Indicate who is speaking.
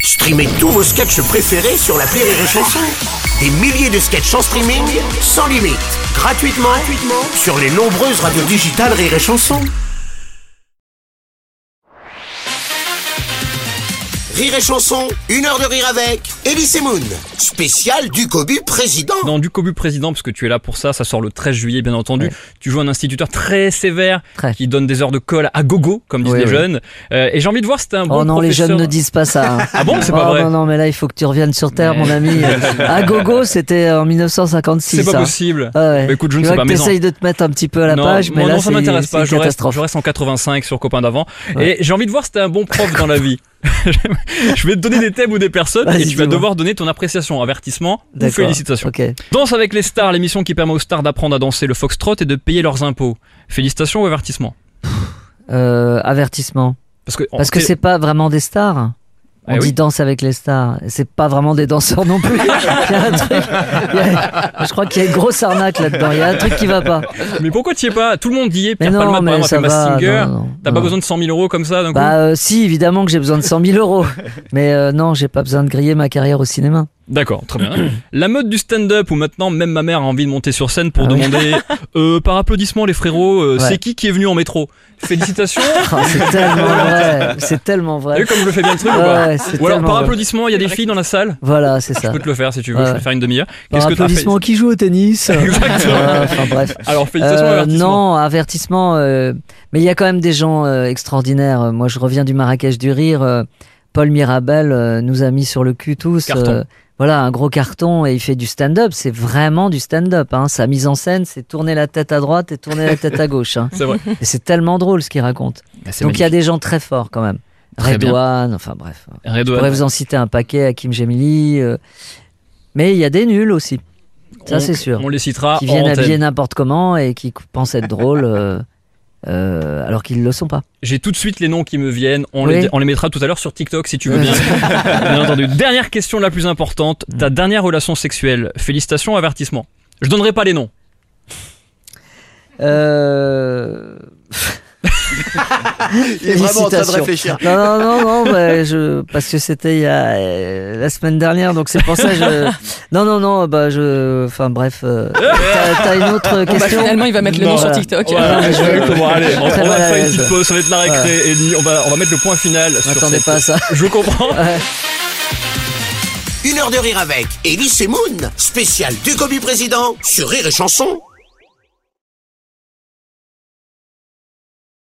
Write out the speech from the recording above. Speaker 1: Streamez tous vos sketchs préférés sur la Rire et Chanson. Des milliers de sketchs en streaming, sans limite, gratuitement, gratuitement sur les nombreuses radios digitales Rire et Chanson. Rire et Chanson, une heure de rire avec Elise Moon, spécial du Cobu président.
Speaker 2: Dans du Cobu président, parce que tu es là pour ça, ça sort le 13 juillet bien entendu.
Speaker 3: Ouais.
Speaker 2: Tu joues un instituteur très sévère
Speaker 3: Très.
Speaker 2: qui donne des heures de colle à gogo, comme disent
Speaker 3: Oui,
Speaker 2: les
Speaker 3: oui.
Speaker 2: jeunes. Euh, et j'ai envie de voir si t'es un bon
Speaker 3: Oh non, les
Speaker 2: professeur.
Speaker 3: jeunes ne disent pas ça. hein.
Speaker 2: Ah bon, c'est pas
Speaker 3: Oh
Speaker 2: vrai.
Speaker 3: Non, non, mais là, il faut que tu reviennes sur Terre,
Speaker 2: Mais-
Speaker 3: mon ami. à gogo, c'était en 1956.
Speaker 2: C'est pas
Speaker 3: ça.
Speaker 2: possible.
Speaker 3: Ah ouais.
Speaker 2: Bah écoute, je ne
Speaker 3: Tu
Speaker 2: sais pas,
Speaker 3: vois que
Speaker 2: mais non.
Speaker 3: t'essayes de te mettre un petit peu à la
Speaker 2: non,
Speaker 3: page, mais
Speaker 2: moi,
Speaker 3: là,
Speaker 2: non, ça
Speaker 3: c'est
Speaker 2: m'intéresse
Speaker 3: c'est
Speaker 2: pas.
Speaker 3: une
Speaker 2: Je reste,
Speaker 3: catastrophe.
Speaker 2: je reste en 85 sur copain d'avant.
Speaker 3: Ouais.
Speaker 2: Et j'ai envie de voir si t'es un bon prof dans la vie. je vais te donner des thèmes ou des personnes et
Speaker 3: Vas-y,
Speaker 2: tu vas
Speaker 3: dis-moi.
Speaker 2: devoir donner ton appréciation, avertissement ou
Speaker 3: D'accord.
Speaker 2: félicitation.
Speaker 3: Ok.
Speaker 2: Danse avec les stars, l'émission qui permet aux stars d'apprendre à danser le foxtrot et de payer leurs impôts. Félicitations ou avertissement
Speaker 3: Euh, avertissement.
Speaker 2: Parce que,
Speaker 3: Parce que c'est pas vraiment des stars. On
Speaker 2: Eh
Speaker 3: dit
Speaker 2: oui.
Speaker 3: danse avec les stars. C'est pas vraiment des danseurs non plus. Il y a un truc. il y a- Je crois qu'il y a une grosse arnaque là-dedans. Il y a un truc qui va pas.
Speaker 2: Mais pourquoi tu y es pas Tout le hein, monde y est.
Speaker 3: Mais
Speaker 2: Pierre
Speaker 3: non,
Speaker 2: Palma, par
Speaker 3: mais
Speaker 2: exemple, a fait
Speaker 3: ça va,
Speaker 2: Massinger.
Speaker 3: non, non,
Speaker 2: T'as
Speaker 3: non.
Speaker 2: pas besoin de 100 000 euros comme ça d'un coup
Speaker 3: Bah euh, si, évidemment que j'ai besoin de 100 000 euros. Mais euh, non, j'ai pas besoin de griller ma carrière au cinéma.
Speaker 2: D'accord, très bien. La mode du stand-up où maintenant même ma mère a envie de monter sur scène pour
Speaker 3: Ah oui.
Speaker 2: demander euh, par applaudissement les frérots, euh,
Speaker 3: Ouais.
Speaker 2: c'est qui qui est venu en métro Félicitations
Speaker 3: Oh, c'est tellement vrai. C'est tellement
Speaker 2: T'as
Speaker 3: vrai.
Speaker 2: vu comme je le fais bien le truc ou pas
Speaker 3: Ouais, ouais, c'est
Speaker 2: Ou alors
Speaker 3: tellement
Speaker 2: par
Speaker 3: vrai.
Speaker 2: applaudissement, il y a des filles dans la salle
Speaker 3: Voilà, c'est
Speaker 2: Je
Speaker 3: ça.
Speaker 2: peux te le faire si tu veux, je vais
Speaker 3: Ouais.
Speaker 2: faire une demi-heure.
Speaker 3: Par
Speaker 2: Qu'est-ce que t'as fait
Speaker 3: applaudissement qui joue au tennis.
Speaker 2: Exactement.
Speaker 3: Ouais, Enfin bref.
Speaker 2: Alors félicitations
Speaker 3: Euh,
Speaker 2: avertissement.
Speaker 3: non, avertissement. euh, mais il y a quand même des gens euh, extraordinaires. Euh, Moi, je reviens du Marrakech du Rire. euh, Paul Mirabel euh, nous a mis sur le cul tous. euh,
Speaker 2: Carton.
Speaker 3: voilà, un gros carton et il fait du stand-up. C'est vraiment du stand-up. Hein. Sa mise en scène, c'est tourner la tête à droite et tourner la tête à gauche. hein.
Speaker 2: C'est vrai.
Speaker 3: Et c'est tellement drôle ce qu'il raconte. Donc il y a des gens très forts quand même.
Speaker 2: Très bien.
Speaker 3: Redouane, enfin bref. Je
Speaker 2: Redouane.
Speaker 3: pourrais vous en citer un paquet, Hakim Gemili. euh, mais il y a des nuls aussi. Ça,
Speaker 2: On-
Speaker 3: c'est sûr
Speaker 2: On les
Speaker 4: Ah,
Speaker 2: citera
Speaker 3: qui
Speaker 2: en
Speaker 3: viennent
Speaker 2: antenne.
Speaker 3: habiller n'importe comment et qui cou- pensent être drôles euh, euh, alors qu'ils ne le sont pas.
Speaker 2: J'ai tout de suite les noms qui me viennent. On,
Speaker 3: Oui.
Speaker 2: les, on les mettra tout à l'heure sur TikTok si tu veux bien. bien entendu. Dernière question la plus importante.
Speaker 3: Mm.
Speaker 2: Ta dernière relation sexuelle. Félicitations, avertissement. Je donnerai pas les noms.
Speaker 3: Euh...
Speaker 5: Il est vraiment en train de réfléchir.
Speaker 3: Non, non, non, non, bah, je... parce que c'était il y a euh, la semaine dernière, donc c'est pour ça que je... Non, non, non, bah, je... Enfin bref, euh, t'as t'as une autre
Speaker 4: Bah,
Speaker 3: question
Speaker 4: finalement, il va mettre le nom
Speaker 3: Bon, voilà.
Speaker 4: sur TikTok.
Speaker 2: Voilà,
Speaker 3: mais
Speaker 2: je
Speaker 3: je-
Speaker 2: vais- bon, allez, on, on va
Speaker 3: Très mal à
Speaker 2: faire une
Speaker 3: l'aise.
Speaker 2: petite pause, ça va être la récré et demie, on va, on va mettre le point final
Speaker 3: Je
Speaker 2: sur
Speaker 3: m'attendais
Speaker 2: cette...
Speaker 3: pas à ça.
Speaker 2: Je comprends.
Speaker 1: Une heure de rire avec Elise Moon, spécial du Cobu président sur Rire et Chanson.